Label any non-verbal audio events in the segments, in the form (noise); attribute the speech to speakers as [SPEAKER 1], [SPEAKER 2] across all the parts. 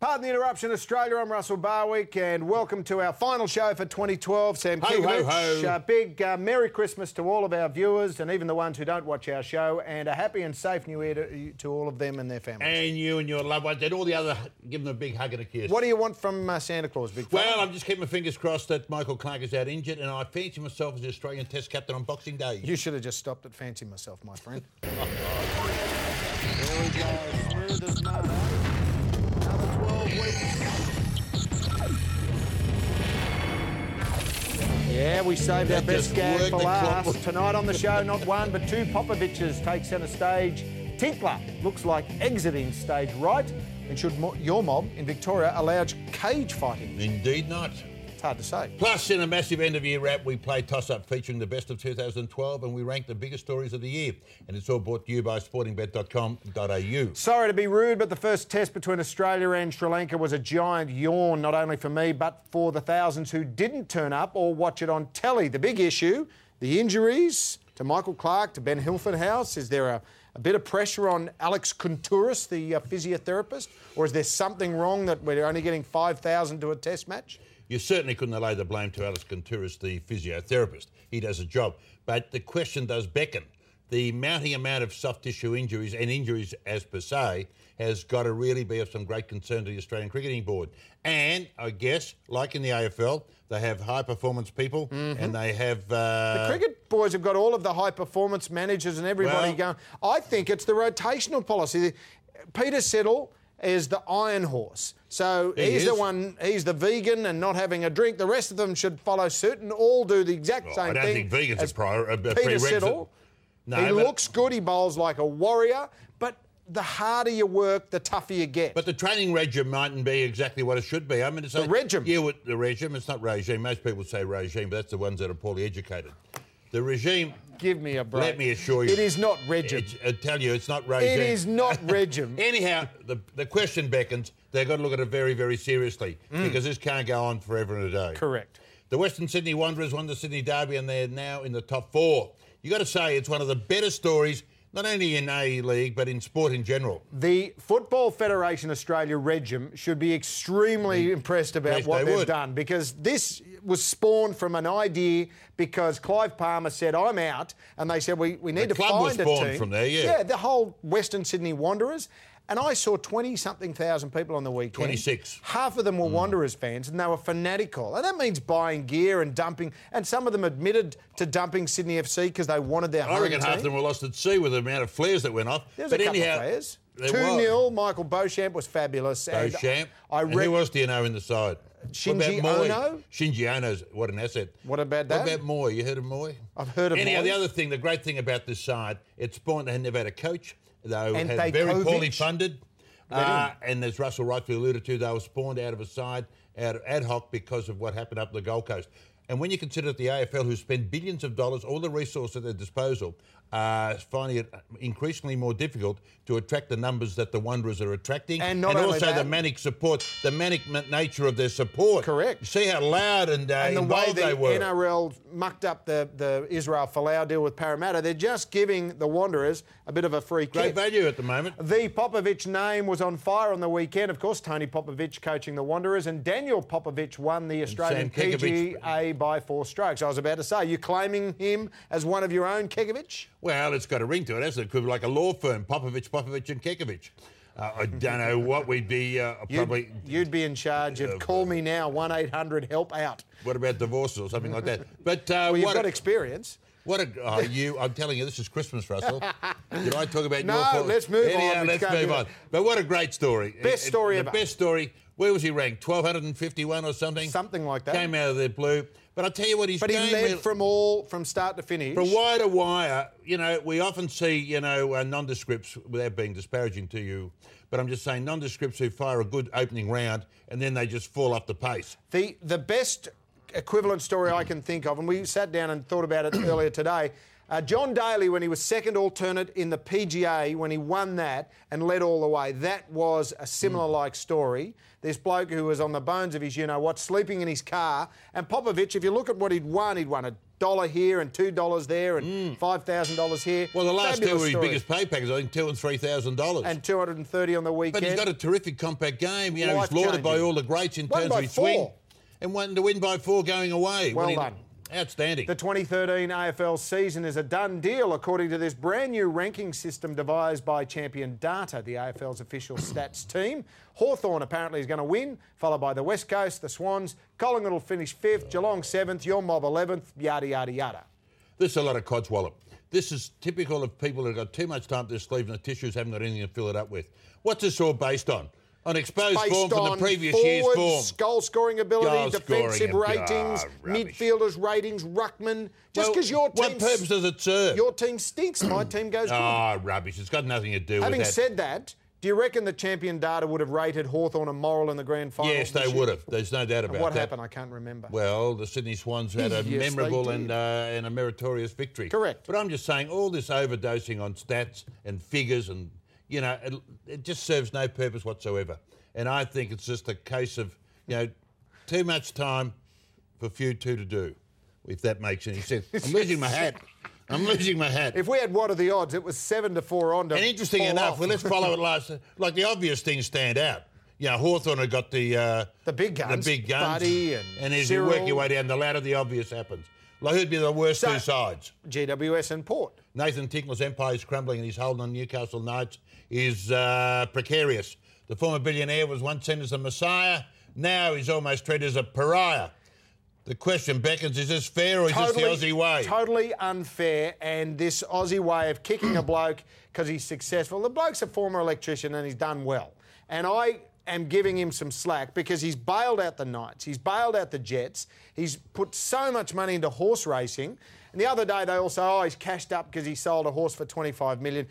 [SPEAKER 1] Pardon the interruption, Australia. I'm Russell Barwick, and welcome to our final show for 2012. Sam
[SPEAKER 2] Ho, ho,
[SPEAKER 1] Kigovich,
[SPEAKER 2] ho.
[SPEAKER 1] a big uh, Merry Christmas to all of our viewers and even the ones who don't watch our show, and a happy and safe New Year to, to all of them and their families.
[SPEAKER 2] And you and your loved ones and all the other, give them a big hug and a kiss.
[SPEAKER 1] what do you want from uh, Santa Claus, Big fella?
[SPEAKER 2] well, I'm just keeping my fingers crossed that Michael Clark is out injured, and I fancy myself as the Australian Test captain on Boxing Day.
[SPEAKER 1] You should have just stopped at fancy myself, my
[SPEAKER 2] (laughs)
[SPEAKER 1] friend. Yeah, we saved our
[SPEAKER 2] That
[SPEAKER 1] best
[SPEAKER 2] just
[SPEAKER 1] gag
[SPEAKER 2] worked
[SPEAKER 1] for
[SPEAKER 2] the clock.
[SPEAKER 1] last. Tonight on the show, not one but two Popoviches take centre stage. Tinkler looks like exiting stage right. And should mo- your mob in Victoria allow cage fighting?
[SPEAKER 2] Indeed not.
[SPEAKER 1] It's hard to say.
[SPEAKER 2] Plus, in a massive end of year wrap, we play Toss Up featuring the best of 2012 and we rank the biggest stories of the year. And it's all brought to you by sportingbet.com.au.
[SPEAKER 1] Sorry to be rude, but the first test between Australia and Sri Lanka was a giant yawn, not only for me, but for the thousands who didn't turn up or watch it on telly. The big issue the injuries to Michael Clark, to Ben Hilfenhaus. Is there a, a bit of pressure on Alex Kunturis, the uh, physiotherapist? Or is there something wrong that we're only getting 5,000 to a test match?
[SPEAKER 2] You certainly couldn't lay the blame to Alex Conturis, the physiotherapist. He does a job. But the question does beckon. The mounting amount of soft tissue injuries and injuries as per se has got to really be of some great concern to the Australian Cricketing Board. And I guess, like in the AFL, they have high performance people and they have. Uh,
[SPEAKER 1] Mm-hmm. Cricket boys have got all of the high performance managers and everybody
[SPEAKER 2] Well-
[SPEAKER 1] going. I think it's the rotational policy. Peter Settle is the iron horse. So
[SPEAKER 2] He
[SPEAKER 1] he's the
[SPEAKER 2] is.
[SPEAKER 1] one, he's the vegan and not having a drink. The rest of them should follow suit and all do the exact
[SPEAKER 2] Well,
[SPEAKER 1] same
[SPEAKER 2] Oh, I don't
[SPEAKER 1] thing.
[SPEAKER 2] think vegans
[SPEAKER 1] as
[SPEAKER 2] are prior, a, a
[SPEAKER 1] Peter
[SPEAKER 2] prerequisite.
[SPEAKER 1] Settle.
[SPEAKER 2] No,
[SPEAKER 1] he
[SPEAKER 2] but,
[SPEAKER 1] looks good, he bowls like a warrior, but the harder you work, the tougher you get.
[SPEAKER 2] But the training regime mightn't be exactly what it should be. I mean, it's the
[SPEAKER 1] regime.
[SPEAKER 2] Yeah, with the regime. It's not regime. Most people say regime, but that's the ones that are poorly educated. The regime.
[SPEAKER 1] Give me a break.
[SPEAKER 2] Let me assure you,
[SPEAKER 1] It is not regime.
[SPEAKER 2] it's- I tell you, it's not regime.
[SPEAKER 1] It is
[SPEAKER 2] (laughs)
[SPEAKER 1] not regime.
[SPEAKER 2] Anyhow, the, the question beckons. They've got to look at it very, very seriously because this can't go on forever and a day.
[SPEAKER 1] Mm. Correct.
[SPEAKER 2] The Western Sydney Wanderers won the Sydney Derby and they're now in the top four. you got to say it's one of the better stories, not only in A League, but in sport in general.
[SPEAKER 1] The Football Federation Australia Regim should be extremely impressed about
[SPEAKER 2] Mm. Yes,
[SPEAKER 1] what
[SPEAKER 2] they
[SPEAKER 1] they've
[SPEAKER 2] would.
[SPEAKER 1] done because this was spawned from an idea because Clive Palmer said, I'm out. And they said, we, we need to
[SPEAKER 2] The club
[SPEAKER 1] find
[SPEAKER 2] was
[SPEAKER 1] a
[SPEAKER 2] spawned
[SPEAKER 1] team.
[SPEAKER 2] from there, yeah.
[SPEAKER 1] Yeah, the whole Western Sydney Wanderers. And I saw 20 something thousand people on the weekend.
[SPEAKER 2] 26.
[SPEAKER 1] Half of them
[SPEAKER 2] Mm.
[SPEAKER 1] were Wanderers fans and they were fanatical. And that means buying gear and dumping. And some of them admitted to dumping Sydney FC because they wanted their
[SPEAKER 2] I
[SPEAKER 1] home
[SPEAKER 2] reckon half of
[SPEAKER 1] team.
[SPEAKER 2] them were lost at sea with the amount of flares that went off.
[SPEAKER 1] There was
[SPEAKER 2] but
[SPEAKER 1] a couple
[SPEAKER 2] anyhow,
[SPEAKER 1] of players.
[SPEAKER 2] there
[SPEAKER 1] 2 0, Michael Beauchamp was fabulous. and
[SPEAKER 2] Beauchamp.
[SPEAKER 1] I
[SPEAKER 2] And who
[SPEAKER 1] reckon.
[SPEAKER 2] else do you know in the side?
[SPEAKER 1] Shinji
[SPEAKER 2] what about Moy?
[SPEAKER 1] Ono?
[SPEAKER 2] Shinji Ono's what an asset.
[SPEAKER 1] What about that?
[SPEAKER 2] What about Moy? You heard of Moy?
[SPEAKER 1] I've heard of
[SPEAKER 2] Anyhow,
[SPEAKER 1] Moy.
[SPEAKER 2] the other thing, the great thing about this side, it's born they never had a coach. They
[SPEAKER 1] And
[SPEAKER 2] had
[SPEAKER 1] they
[SPEAKER 2] very poorly
[SPEAKER 1] Kovic.
[SPEAKER 2] funded. Uh, and as Russell rightfully alluded to, they were spawned out of a side out of ad hoc because of what happened up the Gold Coast. And when you consider that the AFL, who spend billions of dollars, all the resources at their disposal, are finding it increasingly more difficult to attract the numbers that the Wanderers are attracting,
[SPEAKER 1] And not only
[SPEAKER 2] also
[SPEAKER 1] that-
[SPEAKER 2] the manic support, the manic ma- nature of their support.
[SPEAKER 1] Correct.
[SPEAKER 2] You see how loud and, uh,
[SPEAKER 1] and the way
[SPEAKER 2] involved
[SPEAKER 1] the
[SPEAKER 2] they were.
[SPEAKER 1] NRL mucked up the, the Israel Folau deal with Parramatta, they're just giving the Wanderers a bit of a free
[SPEAKER 2] Great
[SPEAKER 1] kick.
[SPEAKER 2] value at the moment.
[SPEAKER 1] The Popovich name was on fire on the weekend. Of course, Tony Popovich coaching the Wanderers, and Daniel Popovich won the Australian
[SPEAKER 2] Sam Kekovich.
[SPEAKER 1] PGA by four strokes. I was about to say, you claiming him as one of your own, Kekovich?
[SPEAKER 2] Well, it's got a ring to it, hasn't it? Could be like a law firm, Popovich, Popovich and Kekovich. Uh, I don't know what we'd be
[SPEAKER 1] (laughs)
[SPEAKER 2] uh,
[SPEAKER 1] You'd,
[SPEAKER 2] probably. Uh,
[SPEAKER 1] you'd be in charge. You'd call me now, 1 800 help out.
[SPEAKER 2] What about divorces or something like that? But uh,
[SPEAKER 1] Well, you've
[SPEAKER 2] what,
[SPEAKER 1] got
[SPEAKER 2] a,
[SPEAKER 1] experience.
[SPEAKER 2] what a oh, you! I'm telling you, this is Christmas, Russell. Did I talk
[SPEAKER 1] (laughs)
[SPEAKER 2] about
[SPEAKER 1] No,
[SPEAKER 2] your? fault?
[SPEAKER 1] let's move on.
[SPEAKER 2] Anyhow,
[SPEAKER 1] We
[SPEAKER 2] Let's
[SPEAKER 1] can't
[SPEAKER 2] move
[SPEAKER 1] do
[SPEAKER 2] on.
[SPEAKER 1] it.
[SPEAKER 2] But what a great story!
[SPEAKER 1] Best
[SPEAKER 2] It- it-
[SPEAKER 1] story
[SPEAKER 2] the
[SPEAKER 1] ever.
[SPEAKER 2] Best story. Where was he ranked? 1251 or something.
[SPEAKER 1] Something like that.
[SPEAKER 2] Came out of the blue. But I tell you what, he's
[SPEAKER 1] But he led from all, from start to finish.
[SPEAKER 2] From wire to wire, you know, we often see, you know, uh, nondescripts, without being disparaging to you, but I'm just saying nondescripts who fire a good opening round and then they just fall off the pace.
[SPEAKER 1] The the best equivalent story I can think of, and we sat down and thought about it earlier today. Uh, John Daly, when he was second alternate in the PGA, when he won that and led all the way, that was a similar
[SPEAKER 2] Hmm.
[SPEAKER 1] like story. This bloke who was on the bones of his, you know what, sleeping in his car. And Popovich, if you look at what he'd won, he'd won a dollar here and two dollars there and five thousand dollars here.
[SPEAKER 2] Hmm. Well, the last two
[SPEAKER 1] Fabulous
[SPEAKER 2] were his
[SPEAKER 1] story.
[SPEAKER 2] biggest pay packages, I think two and three thousand dollars.
[SPEAKER 1] and two hundred and thirty on the
[SPEAKER 2] But
[SPEAKER 1] weekend.
[SPEAKER 2] he's got a terrific compact game. You know, he's
[SPEAKER 1] Life-changing.
[SPEAKER 2] lauded by all the greats in
[SPEAKER 1] Won
[SPEAKER 2] terms
[SPEAKER 1] by
[SPEAKER 2] of his
[SPEAKER 1] four.
[SPEAKER 2] swing. And won to win by four going away.
[SPEAKER 1] Well
[SPEAKER 2] When he-
[SPEAKER 1] done.
[SPEAKER 2] Outstanding.
[SPEAKER 1] The 2013 AFL season is a done deal, according to this brand new ranking system devised by Champion Data, the AFL's
[SPEAKER 2] (clears throat)
[SPEAKER 1] official stats team. Hawthorn apparently is going to win, followed by the West Coast, the Swans. Collingwood will finish fifth, Geelong seventh, your mob 11th, yada, yada, yada.
[SPEAKER 2] This is a lot of codswallop. This is typical of people who've got too much time up their sleeve and the tissues haven't got anything to fill it up with. What's this all based on? On exposed
[SPEAKER 1] Based
[SPEAKER 2] form from
[SPEAKER 1] on
[SPEAKER 2] the previous year's
[SPEAKER 1] forwards,
[SPEAKER 2] form.
[SPEAKER 1] goal scoring ability,
[SPEAKER 2] Goal scoring
[SPEAKER 1] defensive
[SPEAKER 2] ab-
[SPEAKER 1] ratings,
[SPEAKER 2] ah, rubbish.
[SPEAKER 1] midfielders' ratings, ruckman. Just
[SPEAKER 2] Well,
[SPEAKER 1] because your
[SPEAKER 2] What
[SPEAKER 1] team
[SPEAKER 2] purpose does it serve?
[SPEAKER 1] your team stinks, my team goes good.
[SPEAKER 2] Ah, rubbish. It's got nothing to do
[SPEAKER 1] Having
[SPEAKER 2] with that.
[SPEAKER 1] said that, do you reckon the champion data would have rated Hawthorn and Morrill in the grand final?
[SPEAKER 2] yes, they would have. There's no doubt about
[SPEAKER 1] What
[SPEAKER 2] that.
[SPEAKER 1] happened? I can't remember.
[SPEAKER 2] Well, the Sydney Swans had a
[SPEAKER 1] Yes, they
[SPEAKER 2] memorable
[SPEAKER 1] did.
[SPEAKER 2] and, uh, and a meritorious victory.
[SPEAKER 1] Correct.
[SPEAKER 2] But I'm just saying, all this overdosing on stats and figures and, you know, it, it just serves no purpose whatsoever. And I think it's just a case of, you know, too much time for few two to do, if that makes any sense. I'm losing my hat. I'm losing my hat.
[SPEAKER 1] if we had what are the odds? It was seven to four on. To
[SPEAKER 2] And interesting
[SPEAKER 1] fall
[SPEAKER 2] enough,
[SPEAKER 1] off.
[SPEAKER 2] well,
[SPEAKER 1] (laughs)
[SPEAKER 2] let's follow it last. Like the obvious things stand out. You know, Hawthorne have got the uh,
[SPEAKER 1] The big guns,
[SPEAKER 2] the big guns,
[SPEAKER 1] Buddy and
[SPEAKER 2] as
[SPEAKER 1] Cyril.
[SPEAKER 2] you work your way down the ladder, the obvious happens. Like who'd be the worst
[SPEAKER 1] So-
[SPEAKER 2] two sides?
[SPEAKER 1] GWS and Port.
[SPEAKER 2] Nathan Tickler's empire is crumbling, and his hold on Newcastle Knights is uh, precarious. The former billionaire was once seen as a messiah. Now he's almost treated as a pariah. The question beckons: Is this fair or is this the Aussie way?
[SPEAKER 1] Totally unfair, and this Aussie way of kicking a bloke because he's successful. The bloke's a former electrician and he's done well. And I am giving him some slack because he's bailed out the Knights, he's bailed out the Jets, he's put so much money into horse racing. And the other day they also, oh, he's cashed up because he sold a horse for 25 million.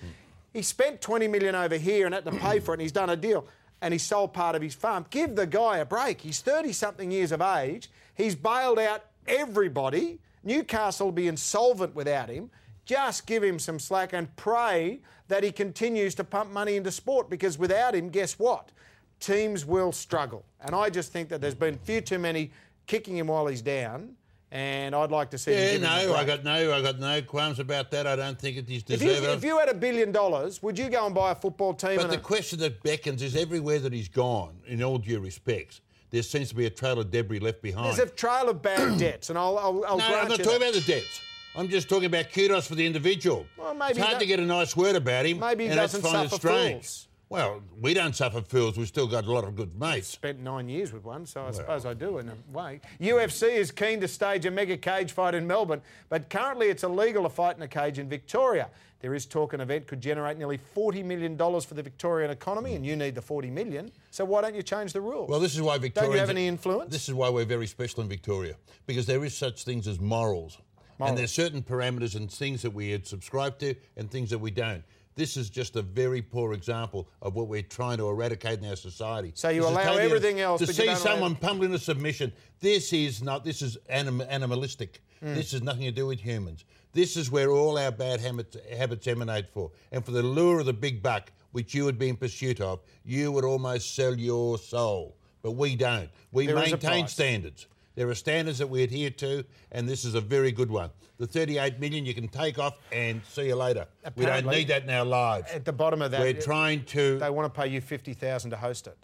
[SPEAKER 1] He spent 20 million over here and had to pay for it, and he's done a deal. And he sold part of his farm. Give the guy a break. He's 30 something years of age. He's bailed out everybody. Newcastle will be insolvent without him. Just give him some slack and pray that he continues to pump money into sport because without him, guess what? Teams will struggle. And I just think that there's been few too many kicking him while he's down. And I'd like to see
[SPEAKER 2] yeah,
[SPEAKER 1] him. give him a
[SPEAKER 2] no, I
[SPEAKER 1] break.
[SPEAKER 2] got no, I got no qualms about that. I don't think it is
[SPEAKER 1] If you,
[SPEAKER 2] deserved.
[SPEAKER 1] if you had a billion dollars, would you go and buy a football team?
[SPEAKER 2] But
[SPEAKER 1] and
[SPEAKER 2] the
[SPEAKER 1] a-
[SPEAKER 2] question that beckons is everywhere that he's gone, in all due respects, there seems to be a trail of debris left behind.
[SPEAKER 1] There's a trail of bad (clears throat) debts, and I'll, I'll, I'll
[SPEAKER 2] no,
[SPEAKER 1] grant
[SPEAKER 2] I'm not
[SPEAKER 1] you
[SPEAKER 2] talking
[SPEAKER 1] that.
[SPEAKER 2] about the debts. I'm just talking about kudos for the individual.
[SPEAKER 1] Well, maybe
[SPEAKER 2] it's hard
[SPEAKER 1] that-
[SPEAKER 2] to get a nice word about him.
[SPEAKER 1] Maybe he
[SPEAKER 2] and
[SPEAKER 1] doesn't
[SPEAKER 2] that's fine
[SPEAKER 1] suffer
[SPEAKER 2] and strange.
[SPEAKER 1] fools.
[SPEAKER 2] Well, we don't suffer fools. We've still got a lot of good mates.
[SPEAKER 1] Spent nine years with one, so I suppose I do in a way. UFC is keen to stage a mega cage fight in Melbourne, but currently it's illegal to fight in a cage in Victoria. There is talk an event could generate nearly $40 million for the Victorian economy, and you need the $40 million, so why don't you change the rules?
[SPEAKER 2] Well, this is why Victorians...
[SPEAKER 1] have any influence?
[SPEAKER 2] This is why we're very special in Victoria, because there is such things as morals.
[SPEAKER 1] Morals.
[SPEAKER 2] And there's certain parameters and things that we subscribe to and things that we don't. This is just a very poor example of what we're trying to eradicate in our society.
[SPEAKER 1] So you
[SPEAKER 2] This is
[SPEAKER 1] allow
[SPEAKER 2] totally-
[SPEAKER 1] everything else,
[SPEAKER 2] To
[SPEAKER 1] but you
[SPEAKER 2] see
[SPEAKER 1] don't allow-
[SPEAKER 2] someone pummeling a submission, this is not, this is anim- animalistic.
[SPEAKER 1] Hmm.
[SPEAKER 2] This has nothing to do with humans. This is where all our bad habits, habits emanate for. And for the lure of the big buck, which you would be in pursuit of, you would almost sell your soul. But we don't. We
[SPEAKER 1] There is a
[SPEAKER 2] maintain
[SPEAKER 1] price.
[SPEAKER 2] standards. There are standards that we adhere to, and this is a very good one. The 38 million you can take off and see you later. we
[SPEAKER 1] Apparently-
[SPEAKER 2] don't need that in our lives.
[SPEAKER 1] At the bottom of that,
[SPEAKER 2] We're trying to
[SPEAKER 1] they want to pay you 50000 to host it.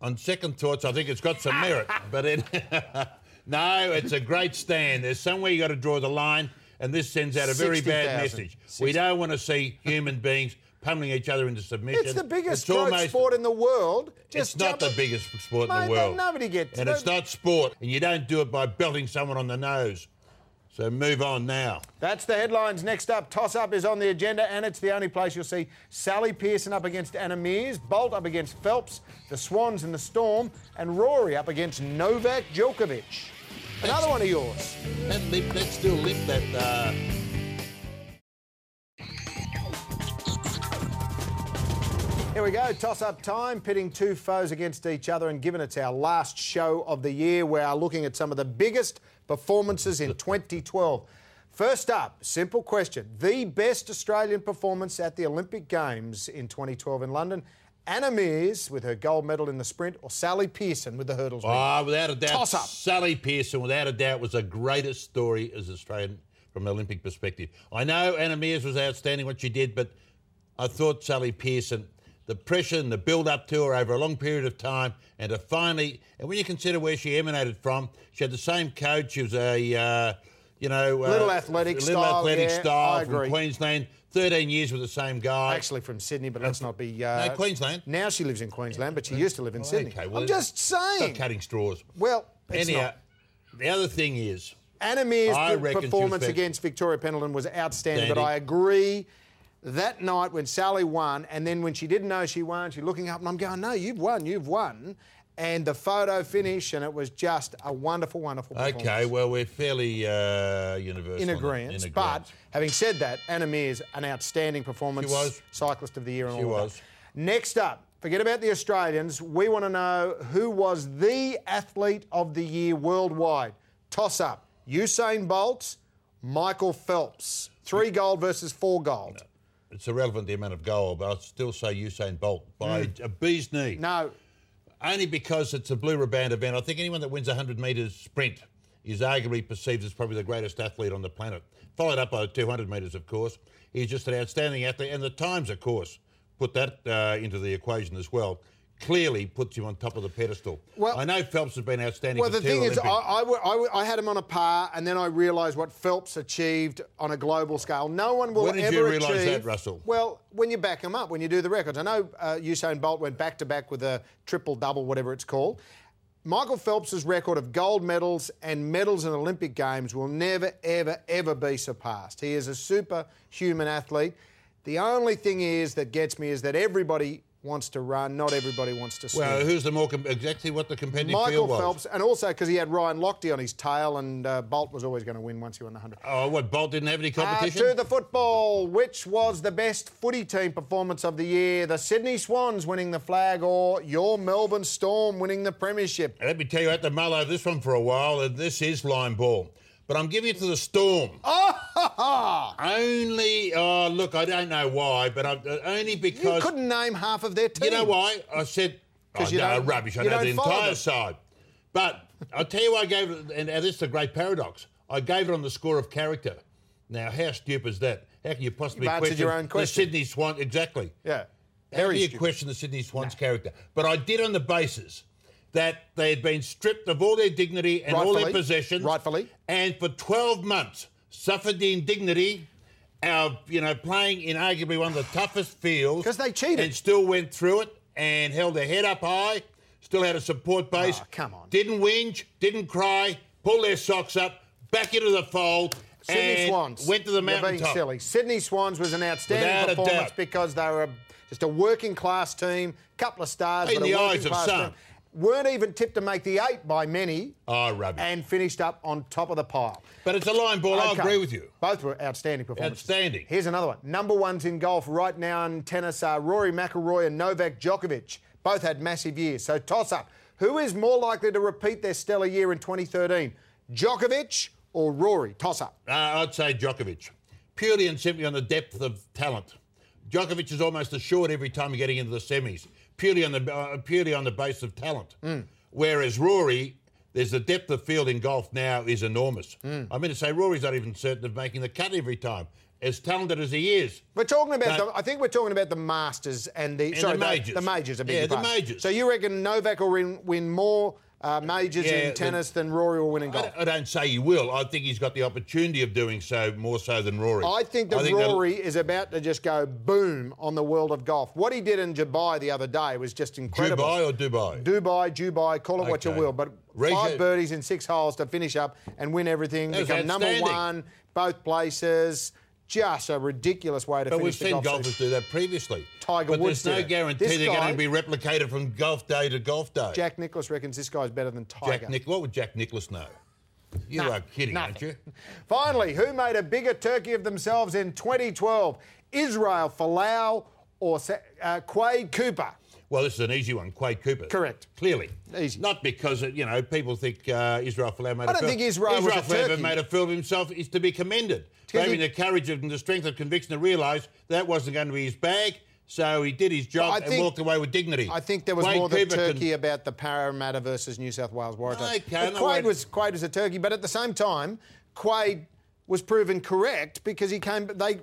[SPEAKER 2] on second thoughts, I think it's got some merit, but it, (laughs) no, it's a great stand. There's somewhere you got to draw the line, and this sends out a very
[SPEAKER 1] 60,000.
[SPEAKER 2] bad message. We don't want to see human beings pummeling each other into submission.
[SPEAKER 1] It's the biggest
[SPEAKER 2] It's
[SPEAKER 1] growth
[SPEAKER 2] almost-
[SPEAKER 1] sport in the world. Just
[SPEAKER 2] It's not
[SPEAKER 1] jump
[SPEAKER 2] the
[SPEAKER 1] it.
[SPEAKER 2] biggest sport in
[SPEAKER 1] Mate,
[SPEAKER 2] the world.
[SPEAKER 1] nobody gets-
[SPEAKER 2] and it's
[SPEAKER 1] no-
[SPEAKER 2] not sport, and you don't do it by belting someone on the nose. So move on now.
[SPEAKER 1] That's the headlines. Next up, Toss Up is on the agenda, and it's the only place you'll see Sally Pearson up against Anna Mears, Bolt up against Phelps, the Swans and the Storm, and Rory up against Novak Djokovic. Another one of yours.
[SPEAKER 2] That lip, that still lip, that. Uh,
[SPEAKER 1] Here we go, toss up time, pitting two foes against each other. And given it's our last show of the year, we are looking at some of the biggest performances
[SPEAKER 2] (laughs)
[SPEAKER 1] in 2012. First up, simple question the best Australian performance at the Olympic Games in 2012 in London Anna Mears with her gold medal in the sprint or Sally Pearson with the hurdles. medal?
[SPEAKER 2] Ah, without a doubt,
[SPEAKER 1] Toss up.
[SPEAKER 2] Sally Pearson, without a doubt, was the greatest story as Australian from an Olympic perspective. I know Anna Mears was outstanding what she did, but I thought Sally Pearson, the pressure and the build up to her over a long period of time, and to finally, and when you consider where she emanated from, she had the same coach. She was a, uh, you know, uh,
[SPEAKER 1] Little athletic
[SPEAKER 2] little
[SPEAKER 1] style,
[SPEAKER 2] athletic
[SPEAKER 1] yeah,
[SPEAKER 2] style
[SPEAKER 1] I
[SPEAKER 2] from
[SPEAKER 1] agree.
[SPEAKER 2] Queensland. 13 years with the same guy.
[SPEAKER 1] Actually from Sydney, but let's not be. Uh,
[SPEAKER 2] No, Queensland.
[SPEAKER 1] Now she lives in Queensland, but she used to live in Sydney.
[SPEAKER 2] Okay, uh, well,
[SPEAKER 1] I'm just saying.
[SPEAKER 2] Stop cutting straws.
[SPEAKER 1] Well, it's
[SPEAKER 2] Anyhow,
[SPEAKER 1] not.
[SPEAKER 2] the other thing is,
[SPEAKER 1] Anna Mears'
[SPEAKER 2] I
[SPEAKER 1] per-
[SPEAKER 2] reckon she was
[SPEAKER 1] performance
[SPEAKER 2] fantastic.
[SPEAKER 1] against Victoria Pendleton was outstanding, but
[SPEAKER 2] Outstanding.
[SPEAKER 1] I agree. That night when Sally won, and then when she didn't know she won, she's looking up and I'm going, No, you've won, you've won. And the photo finish, and it was just a wonderful, wonderful performance.
[SPEAKER 2] Okay, well, we're fairly uh, universal.
[SPEAKER 1] In
[SPEAKER 2] on that.
[SPEAKER 1] agreement.
[SPEAKER 2] In
[SPEAKER 1] But
[SPEAKER 2] agreement.
[SPEAKER 1] having said that, Anna Mears, an outstanding performance.
[SPEAKER 2] She was.
[SPEAKER 1] Cyclist of the year and
[SPEAKER 2] She
[SPEAKER 1] all of that.
[SPEAKER 2] was.
[SPEAKER 1] Next up, forget about the Australians. We want to know who was the athlete of the year worldwide. Toss up Usain Bolt, Michael Phelps. Three gold versus four gold.
[SPEAKER 2] it's irrelevant the amount of gold, but I'd still say Usain Bolt by a bee's knee.
[SPEAKER 1] Mm. No.
[SPEAKER 2] Only because it's a blue riband event. I think anyone that wins a 100 metres sprint is arguably perceived as probably the greatest athlete on the planet. Followed up by the 200 metres, of course. He's just an outstanding athlete. And the times, of course, put that uh, into the equation as well. Clearly puts him on top of the pedestal.
[SPEAKER 1] Well-
[SPEAKER 2] I know Phelps has been outstanding.
[SPEAKER 1] Well,
[SPEAKER 2] for
[SPEAKER 1] the
[SPEAKER 2] two
[SPEAKER 1] thing is, I,
[SPEAKER 2] Olympics.
[SPEAKER 1] I w- I w- I had him on a par, and then I realised what Phelps achieved on a global scale. No one will
[SPEAKER 2] When did
[SPEAKER 1] ever
[SPEAKER 2] you realise
[SPEAKER 1] achieve-
[SPEAKER 2] that, Russell?
[SPEAKER 1] Well, when you back him up, when you do the records. I know uh, Usain Bolt went back to back with a triple double, whatever it's called. Michael Phelps's record of gold medals and medals in Olympic Games will never, ever, ever be surpassed. He is a superhuman athlete. The only thing is that gets me is that everybody wants to run, not everybody wants to swim.
[SPEAKER 2] Well, who's the more com- exactly what the competitive
[SPEAKER 1] Michael
[SPEAKER 2] field was?
[SPEAKER 1] Phelps, and also because he had Ryan Lochte on his tail, and uh, Bolt was always going to win once he won the 100.
[SPEAKER 2] Oh, what Bolt didn't have any
[SPEAKER 1] Uh,
[SPEAKER 2] competition.
[SPEAKER 1] to the football, which was the best footy team performance of the year? The Sydney Swans winning the flag, or your Melbourne Storm winning the premiership?
[SPEAKER 2] Let me tell you, I had to mull over this one for a while, and this is line ball. But I'm giving it to the Storm.
[SPEAKER 1] (laughs) Ah,
[SPEAKER 2] Only, oh, look, I don't know why, but I'm, uh, only
[SPEAKER 1] you
[SPEAKER 2] because
[SPEAKER 1] couldn't name half of their team.
[SPEAKER 2] You know why? I said, oh,
[SPEAKER 1] 'Cause you
[SPEAKER 2] no,
[SPEAKER 1] don't-
[SPEAKER 2] rubbish. I
[SPEAKER 1] you
[SPEAKER 2] know the
[SPEAKER 1] don't follow
[SPEAKER 2] entire
[SPEAKER 1] them.
[SPEAKER 2] side. But I'll tell you why I gave it, and this is the great paradox. I gave it on the score of character. Now, how stupid is that? How can you possibly
[SPEAKER 1] You've answered
[SPEAKER 2] question
[SPEAKER 1] your own question.
[SPEAKER 2] the Sydney Swan? Exactly.
[SPEAKER 1] Yeah.
[SPEAKER 2] How
[SPEAKER 1] Very
[SPEAKER 2] do you
[SPEAKER 1] stupid.
[SPEAKER 2] question the Sydney Swans' character? But I did on the basis that they had been stripped of all their dignity and all their
[SPEAKER 1] Rightfully.
[SPEAKER 2] possessions,
[SPEAKER 1] Rightfully.
[SPEAKER 2] and for 12 months suffered the indignity of you know playing in arguably one of the toughest fields
[SPEAKER 1] 'Cause they cheated.
[SPEAKER 2] and still went through it and held their head up high. Still had a support base.
[SPEAKER 1] Oh, come on.
[SPEAKER 2] Didn't whinge. Didn't cry. Pulled their socks up. Back into the fold.
[SPEAKER 1] Sydney
[SPEAKER 2] and
[SPEAKER 1] Swans.
[SPEAKER 2] went to the
[SPEAKER 1] You're
[SPEAKER 2] mountaintop.
[SPEAKER 1] being silly. Sydney Swans was an outstanding
[SPEAKER 2] Without a
[SPEAKER 1] performance
[SPEAKER 2] doubt.
[SPEAKER 1] because they were a, just a working class team, couple of stars,
[SPEAKER 2] In
[SPEAKER 1] but a
[SPEAKER 2] the
[SPEAKER 1] working
[SPEAKER 2] eyes of
[SPEAKER 1] class
[SPEAKER 2] some.
[SPEAKER 1] team. Weren't even tipped to make the eight by many,
[SPEAKER 2] Oh, rubbish.
[SPEAKER 1] and finished up on top of the pile.
[SPEAKER 2] but it's a line ball. I
[SPEAKER 1] Okay.
[SPEAKER 2] agree with you.
[SPEAKER 1] Both were outstanding performances.
[SPEAKER 2] Outstanding.
[SPEAKER 1] Here's another one. Number ones in golf right now in tennis are Rory McIlroy and Novak Djokovic. Both had massive years. So toss up. Who is more likely to repeat their stellar year in 2013? Djokovic or Rory? Toss up.
[SPEAKER 2] Uh, I'd say Djokovic, purely and simply on the depth of talent. Djokovic is almost assured every time you're getting into the semis, purely on the uh, purely on the base of talent.
[SPEAKER 1] Mm.
[SPEAKER 2] Whereas Rory, there's the depth of field in golf now is enormous.
[SPEAKER 1] Mm.
[SPEAKER 2] I mean to say, Rory's not even certain of making the cut every time, as talented as he is.
[SPEAKER 1] We're talking about.
[SPEAKER 2] No.
[SPEAKER 1] The, I think we're talking about the Masters and the
[SPEAKER 2] the
[SPEAKER 1] sorry,
[SPEAKER 2] majors.
[SPEAKER 1] The, majors are big.
[SPEAKER 2] Yeah, the majors.
[SPEAKER 1] So you reckon Novak will win, win more uh, majors
[SPEAKER 2] Yeah,
[SPEAKER 1] in tennis than Rory will win in
[SPEAKER 2] I
[SPEAKER 1] golf?
[SPEAKER 2] don't, I don't say he will. I think he's got the opportunity of doing so more so than Rory.
[SPEAKER 1] I think that
[SPEAKER 2] they'll-
[SPEAKER 1] Rory is about to just go boom on the world of golf. What he did in Dubai the other day was just incredible.
[SPEAKER 2] Dubai or Dubai.
[SPEAKER 1] Dubai, Dubai, call it what you
[SPEAKER 2] Okay.
[SPEAKER 1] will, but
[SPEAKER 2] Reggie-
[SPEAKER 1] five birdies in six holes to finish up and win everything,
[SPEAKER 2] That was
[SPEAKER 1] become number
[SPEAKER 2] outstanding.
[SPEAKER 1] one, both places. Just a ridiculous way to
[SPEAKER 2] But we've
[SPEAKER 1] finish the
[SPEAKER 2] seen
[SPEAKER 1] golf season.
[SPEAKER 2] golfers do that previously.
[SPEAKER 1] Tiger
[SPEAKER 2] but
[SPEAKER 1] Woods
[SPEAKER 2] there's
[SPEAKER 1] did
[SPEAKER 2] no
[SPEAKER 1] it.
[SPEAKER 2] guarantee
[SPEAKER 1] This
[SPEAKER 2] they're
[SPEAKER 1] guy-
[SPEAKER 2] going to be replicated from golf day to golf day.
[SPEAKER 1] Jack Nicholas reckons this guy's better than Tiger.
[SPEAKER 2] Jack Nick, what would Jack Nicholas know? You are kidding, aren't you?
[SPEAKER 1] Finally, who made a bigger turkey of themselves in 2012? Israel Folau or Sa- uh, Quade Cooper?
[SPEAKER 2] Well, this is an easy one. Quade Cooper.
[SPEAKER 1] Correct.
[SPEAKER 2] Clearly.
[SPEAKER 1] Easy.
[SPEAKER 2] Not because, it, you know, people think uh, Israel Folau made
[SPEAKER 1] I
[SPEAKER 2] a
[SPEAKER 1] don't
[SPEAKER 2] film.
[SPEAKER 1] think Israel was a
[SPEAKER 2] Folau
[SPEAKER 1] turkey.
[SPEAKER 2] made a film himself is to be commended. For
[SPEAKER 1] Because
[SPEAKER 2] having
[SPEAKER 1] he-
[SPEAKER 2] the courage and the strength of conviction to realise that wasn't going to be his bag So he did his job
[SPEAKER 1] I
[SPEAKER 2] and
[SPEAKER 1] think-
[SPEAKER 2] walked away with dignity.
[SPEAKER 1] I think there was
[SPEAKER 2] Wade
[SPEAKER 1] more than
[SPEAKER 2] Cooper can-
[SPEAKER 1] turkey about the Parramatta versus New South Wales Waratahs.
[SPEAKER 2] Okay,
[SPEAKER 1] But
[SPEAKER 2] no
[SPEAKER 1] Quaid was
[SPEAKER 2] worries.
[SPEAKER 1] Quaid was a turkey, but at the same time, Quaid was proven correct because he came. They,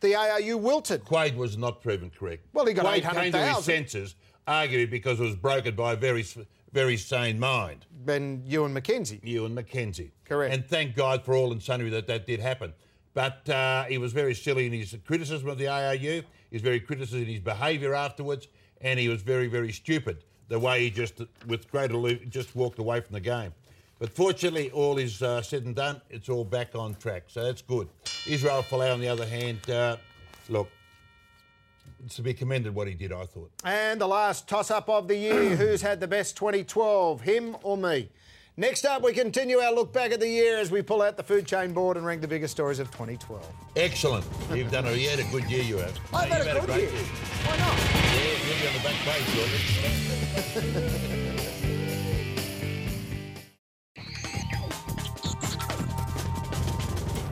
[SPEAKER 1] the ARU wilted.
[SPEAKER 2] Quaid was not proven correct.
[SPEAKER 1] Well, he got
[SPEAKER 2] Quaid came to
[SPEAKER 1] 800,000.
[SPEAKER 2] his senses, arguably because it was broken by a very, s- very sane mind,
[SPEAKER 1] Ben, you and McKenzie.
[SPEAKER 2] you and Mackenzie.
[SPEAKER 1] Correct.
[SPEAKER 2] And thank God for all and sundry that that did happen. But uh, he was very silly in his criticism of the ARU. He was very critical in his behaviour afterwards, and he was very, very stupid the way he just, with great aloof, just walked away from the game. But fortunately, all is uh, said and done. It's all back on track, so that's good. Israel Folau, on the other hand, uh, look, it's to be commended what he did. I thought.
[SPEAKER 1] And the last toss up of the
[SPEAKER 2] (clears throat)
[SPEAKER 1] year who's had the best 2012, him or me? Next up, we continue our look back at the year as we pull out the food chain board and rank the biggest stories of 2012.
[SPEAKER 2] Excellent. You've done a, you had a good year, you have.
[SPEAKER 1] I've
[SPEAKER 2] No,
[SPEAKER 1] had
[SPEAKER 2] you've
[SPEAKER 1] a good year.
[SPEAKER 2] great
[SPEAKER 1] Why not?
[SPEAKER 2] Yeah, you'll be on the back page, Gordon.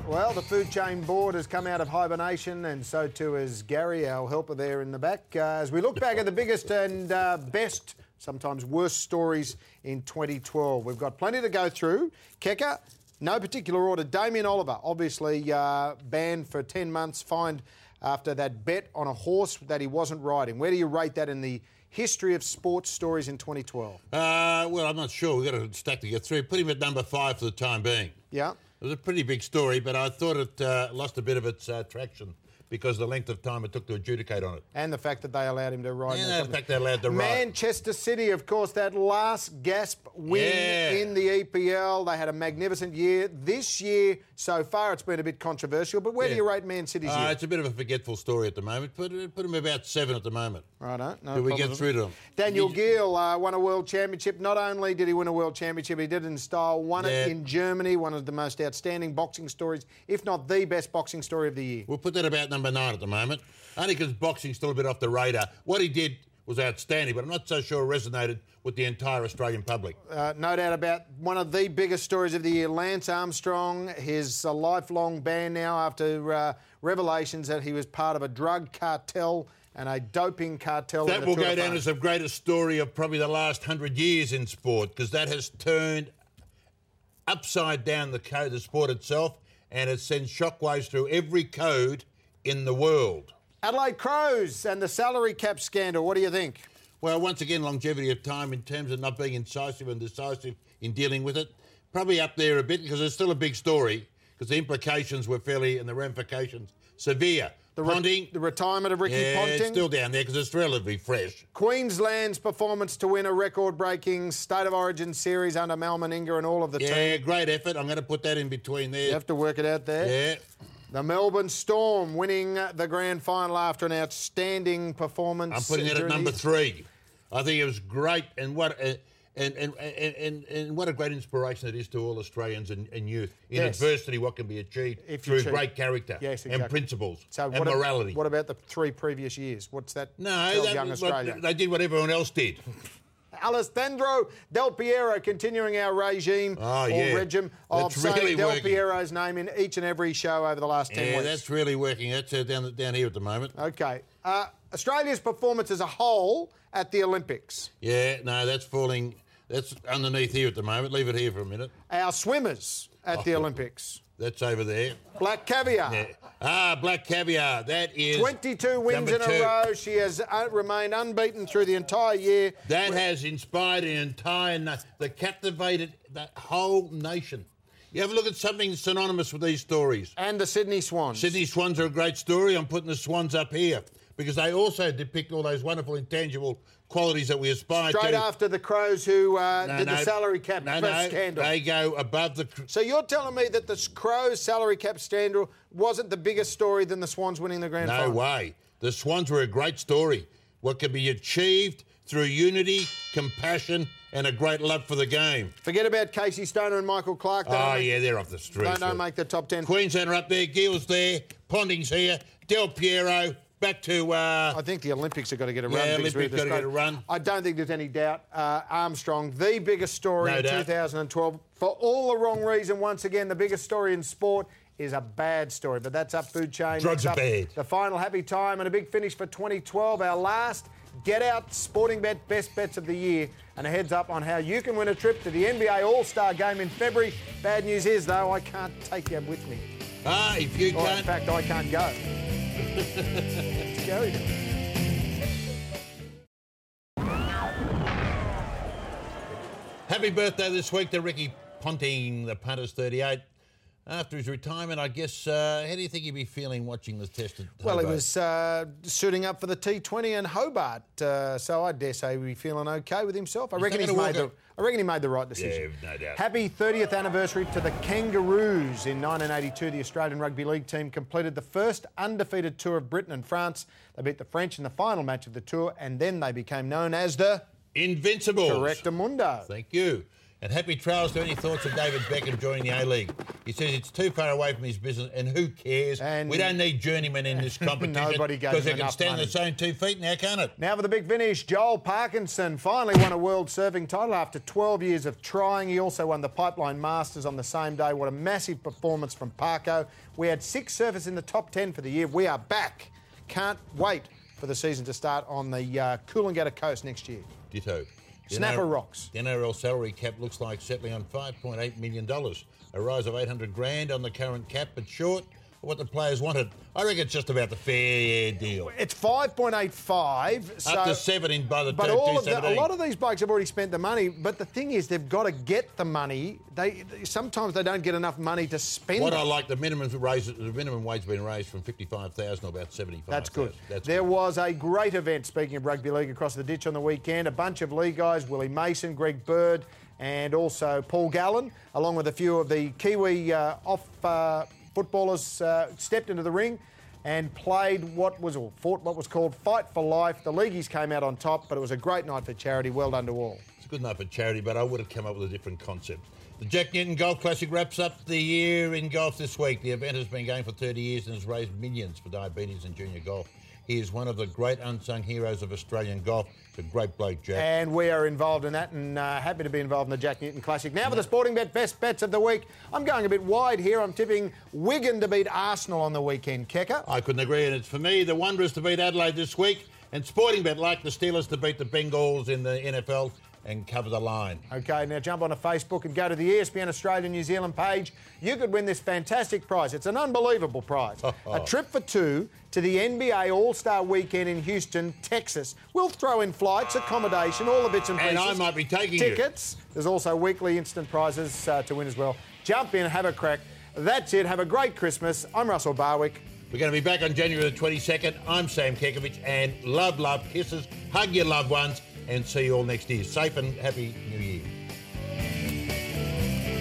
[SPEAKER 1] Well, the food chain board has come out of hibernation, and so too has Gary, our helper there in the back. Uh, as we look back at the biggest and uh, best, sometimes worst stories in 2012, we've got plenty to go through. Keka, no particular order. Damien Oliver, obviously uh, banned for 10 months, fined after that bet on a horse that he wasn't riding. Where do you rate that in the history of sports stories in 2012?
[SPEAKER 2] Uh, well, I'm not sure. We've got to stack to get through. Put him at number five for the time being.
[SPEAKER 1] Yeah.
[SPEAKER 2] It was a pretty big story, but I thought it uh, lost a bit of its uh, traction because of the length of time it took to adjudicate on it.
[SPEAKER 1] And the fact that they allowed him to ride. in
[SPEAKER 2] And
[SPEAKER 1] the
[SPEAKER 2] the
[SPEAKER 1] company.
[SPEAKER 2] fact they allowed the right.
[SPEAKER 1] Manchester City, of course, that last gasp win
[SPEAKER 2] Yeah.
[SPEAKER 1] in the EPL. They had a magnificent year. This year, so far, it's been a bit controversial, but where do
[SPEAKER 2] Yeah.
[SPEAKER 1] you rate Man City's
[SPEAKER 2] Uh,
[SPEAKER 1] year?
[SPEAKER 2] it's a bit of a forgetful story at the moment. Put, put him about seven at the moment.
[SPEAKER 1] Righto, no
[SPEAKER 2] Do we
[SPEAKER 1] problem.
[SPEAKER 2] get through to him?
[SPEAKER 1] Daniel Gill uh, won a world championship. Not only did he win a world championship, he did it in style. Won
[SPEAKER 2] Yeah.
[SPEAKER 1] it in Germany, one of the most outstanding boxing stories, if not the best boxing story of the year.
[SPEAKER 2] We'll put that about number nine at the moment, only because boxing's still a bit off the radar. What he did was outstanding, but I'm not so sure it resonated with the entire Australian public.
[SPEAKER 1] Uh, no doubt about one of the biggest stories of the year, Lance Armstrong. His uh, lifelong ban now after uh, revelations that he was part of a drug cartel and a doping cartel. in
[SPEAKER 2] That
[SPEAKER 1] the
[SPEAKER 2] will
[SPEAKER 1] Tour
[SPEAKER 2] go
[SPEAKER 1] de
[SPEAKER 2] down
[SPEAKER 1] France.
[SPEAKER 2] as the greatest story of probably the last hundred years in sport because that has turned upside down the code, the sport itself, and it sends shockwaves through every code in the world.
[SPEAKER 1] Adelaide Crows and the salary cap scandal. What do you think?
[SPEAKER 2] Well, once again, longevity of time in terms of not being incisive and decisive in dealing with it, probably up there a bit because it's still a big story because the implications were fairly and the ramifications severe. The
[SPEAKER 1] re-
[SPEAKER 2] Ponting,
[SPEAKER 1] the retirement of Ricky
[SPEAKER 2] yeah, it's
[SPEAKER 1] Ponting.
[SPEAKER 2] still down there because it's relatively fresh.
[SPEAKER 1] Queensland's performance to win a record-breaking State of Origin series under Mal Meninga and all of the team.
[SPEAKER 2] Yeah, great effort. I'm going to put that in between
[SPEAKER 1] You
[SPEAKER 2] there.
[SPEAKER 1] have to work it out there.
[SPEAKER 2] Yeah.
[SPEAKER 1] The Melbourne Storm winning the grand final after an outstanding performance.
[SPEAKER 2] I'm putting it at
[SPEAKER 1] during the-
[SPEAKER 2] number three. I think it was great, and what a, and, and, and, and, and what a great inspiration it is to all Australians and, and youth in
[SPEAKER 1] Yes.
[SPEAKER 2] adversity. What can be achieved
[SPEAKER 1] If you
[SPEAKER 2] through
[SPEAKER 1] choose-
[SPEAKER 2] great character
[SPEAKER 1] Yes,
[SPEAKER 2] and
[SPEAKER 1] exactly.
[SPEAKER 2] principles and
[SPEAKER 1] what ab-
[SPEAKER 2] morality.
[SPEAKER 1] what about the three previous years? What's that?
[SPEAKER 2] no,
[SPEAKER 1] tell
[SPEAKER 2] that-
[SPEAKER 1] young
[SPEAKER 2] what-
[SPEAKER 1] Australia.
[SPEAKER 2] they did what everyone else did.
[SPEAKER 1] Alessandro Del Piero continuing our regime
[SPEAKER 2] Oh,
[SPEAKER 1] or
[SPEAKER 2] yeah.
[SPEAKER 1] regime of
[SPEAKER 2] That's really
[SPEAKER 1] saying Del
[SPEAKER 2] working.
[SPEAKER 1] Piero's name in each and every show over the last (laughs) ten
[SPEAKER 2] yeah,
[SPEAKER 1] weeks.
[SPEAKER 2] that's really working. That's uh, down down here at the moment.
[SPEAKER 1] Okay, uh, Australia's performance as a whole at the Olympics.
[SPEAKER 2] Yeah, no, that's falling. That's underneath here at the moment. Leave it here for a minute.
[SPEAKER 1] Our swimmers at the Olympics.
[SPEAKER 2] That's over there.
[SPEAKER 1] Black Caviar.
[SPEAKER 2] Oh. Yeah. Ah, black caviar. That is
[SPEAKER 1] 22 wins
[SPEAKER 2] number
[SPEAKER 1] in a
[SPEAKER 2] two.
[SPEAKER 1] row. She has uh, remained unbeaten through the entire year.
[SPEAKER 2] That has inspired an entire na- that captivated the whole nation. You have a look at something synonymous with these stories.
[SPEAKER 1] And the Sydney Swans.
[SPEAKER 2] Sydney Swans are a great story. I'm putting the Swans up here because they also depict all those wonderful intangible qualities that we aspire
[SPEAKER 1] Straight
[SPEAKER 2] to.
[SPEAKER 1] after the Crows who uh,
[SPEAKER 2] No,
[SPEAKER 1] did the
[SPEAKER 2] no.
[SPEAKER 1] salary cap
[SPEAKER 2] No,
[SPEAKER 1] press
[SPEAKER 2] no,
[SPEAKER 1] scandal.
[SPEAKER 2] They go above the. cr-
[SPEAKER 1] So you're telling me that the Crows salary cap scandal wasn't the biggest story than the Swans winning the grand
[SPEAKER 2] No
[SPEAKER 1] final?
[SPEAKER 2] way. The Swans were a great story. What can be achieved through unity, compassion, and a great love for the game.
[SPEAKER 1] Forget about Casey Stoner and Michael Clark. They
[SPEAKER 2] Oh,
[SPEAKER 1] don't,
[SPEAKER 2] yeah, they're off the street.
[SPEAKER 1] they don't make the top ten.
[SPEAKER 2] Queensland are up there, Gill's there, Ponting's here, Del Piero, back to uh,
[SPEAKER 1] I think the Olympics have got to get a run.
[SPEAKER 2] Yeah,
[SPEAKER 1] because we're
[SPEAKER 2] Olympics gotta
[SPEAKER 1] described-
[SPEAKER 2] get a run.
[SPEAKER 1] I don't think there's any doubt. Uh, Armstrong, the biggest story
[SPEAKER 2] No
[SPEAKER 1] in
[SPEAKER 2] doubt.
[SPEAKER 1] 2012, for all the wrong reason. Once again, the biggest story in sport is a bad story. But that's up food chain.
[SPEAKER 2] Drugs
[SPEAKER 1] Next
[SPEAKER 2] are
[SPEAKER 1] up,
[SPEAKER 2] bad.
[SPEAKER 1] The final happy time and a big finish for 2012. Our last get out sporting bet best bets of the year and a heads up on how you can win a trip to the NBA All Star game in February. Bad news is though I can't take you with me.
[SPEAKER 2] Ah, if you
[SPEAKER 1] Or in
[SPEAKER 2] can't.
[SPEAKER 1] fact, I can't go. (laughs) Scary.
[SPEAKER 2] Happy birthday this week to Ricky Ponting, the punter's 38. After his retirement, I guess, uh, how do you think he'd be feeling watching the test? At
[SPEAKER 1] Well, he
[SPEAKER 2] Hobart?
[SPEAKER 1] was uh, suiting up for the T20 in Hobart, uh, so I dare say he'd be feeling okay with himself. I reckon
[SPEAKER 2] not
[SPEAKER 1] he's
[SPEAKER 2] gonna
[SPEAKER 1] made the,
[SPEAKER 2] walk
[SPEAKER 1] I reckon he made the right decision.
[SPEAKER 2] Yeah, no doubt.
[SPEAKER 1] Happy 30th anniversary to the Kangaroos. In 1982, the Australian rugby league team completed the first undefeated tour of Britain and France. They beat the French in the final match of the tour, and then they became known as the
[SPEAKER 2] Invincibles.
[SPEAKER 1] Correctamundo.
[SPEAKER 2] Thank you. And happy trails to any thoughts of David Beckham joining the A League. He says it's too far away from his business, and who cares?
[SPEAKER 1] And-
[SPEAKER 2] we don't need journeymen in
[SPEAKER 1] (laughs)
[SPEAKER 2] this competition.
[SPEAKER 1] Nobody gave
[SPEAKER 2] because
[SPEAKER 1] him
[SPEAKER 2] they can
[SPEAKER 1] enough
[SPEAKER 2] stand on
[SPEAKER 1] money.
[SPEAKER 2] the same two feet now, can't it?
[SPEAKER 1] Now for the big finish, Joel Parkinson finally won a world surfing title after 12 years of trying. He also won the Pipeline Masters on the same day. What a massive performance from Parko. We had six surfers in the top 10 for the year. We are back. Can't wait for the season to start on the uh, Coolangatta coast next year.
[SPEAKER 2] Ditto. The
[SPEAKER 1] Snapper
[SPEAKER 2] NRL
[SPEAKER 1] rocks.
[SPEAKER 2] The NRL salary cap looks like settling on $5.8 million, a rise of 800 grand on the current cap, but short of what the players wanted. I reckon it's just about the fair deal.
[SPEAKER 1] It's 5.85. So
[SPEAKER 2] Up to seven in by the
[SPEAKER 1] But
[SPEAKER 2] term
[SPEAKER 1] all of the, a
[SPEAKER 2] 2017.
[SPEAKER 1] lot of these blokes have already spent the money. But the thing is, they've got to get the money. They they- sometimes they don't get enough money to spend.
[SPEAKER 2] What
[SPEAKER 1] it.
[SPEAKER 2] I like, the minimum raise, the minimum wage's been raised from fifty-five thousand to about seventy-five.
[SPEAKER 1] That's good.
[SPEAKER 2] That's
[SPEAKER 1] there
[SPEAKER 2] good.
[SPEAKER 1] was a great event, speaking of rugby league, across the ditch on the weekend. A bunch of league guys, Willie Mason, Greg Bird, and also Paul Gallen, along with a few of the Kiwi uh, off uh, footballers, uh, stepped into the ring and played what was or fought what was called Fight for Life. The leagueies came out on top, but it was a great night for charity. Well done to all.
[SPEAKER 2] It's good enough for charity, but I would have come up with a different concept. The Jack Newton Golf Classic wraps up the year in golf this week. The event has been going for 30 years and has raised millions for diabetes and junior golf. He is one of the great unsung heroes of Australian golf. It's a great bloke, Jack.
[SPEAKER 1] And we are involved in that and uh, happy to be involved in the Jack Newton Classic. Now for the sporting bet best bets of the week. I'm going a bit wide here. I'm tipping Wigan to beat Arsenal on the weekend, Kecker.
[SPEAKER 2] I couldn't agree, and it's for me the Wanderers to beat Adelaide this week, and Sporting Bet like the Steelers to beat the Bengals in the NFL and cover the line.
[SPEAKER 1] Okay, now jump onto Facebook and go to the E ESPN Australia New Zealand page. You could win this fantastic prize. It's an unbelievable prize. a trip for two to the NBA All Star Weekend in Houston, Texas. We'll throw in flights, accommodation, all the bits and pieces.
[SPEAKER 2] And I might be taking you.
[SPEAKER 1] tickets. There's also weekly instant prizes uh, to win as well. Jump in, have a crack. That's it. Have a great Christmas. I'm Russell Barwick.
[SPEAKER 2] We're going to be back on January the 22nd. I'm Sam Kekovich, and love, love, kisses, hug your loved ones, and see you all next year. Safe and happy New Year.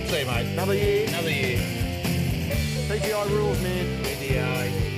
[SPEAKER 2] See you, mate.
[SPEAKER 1] Another year.
[SPEAKER 2] Another year.
[SPEAKER 1] PGI rules, man.
[SPEAKER 2] NDA. eh?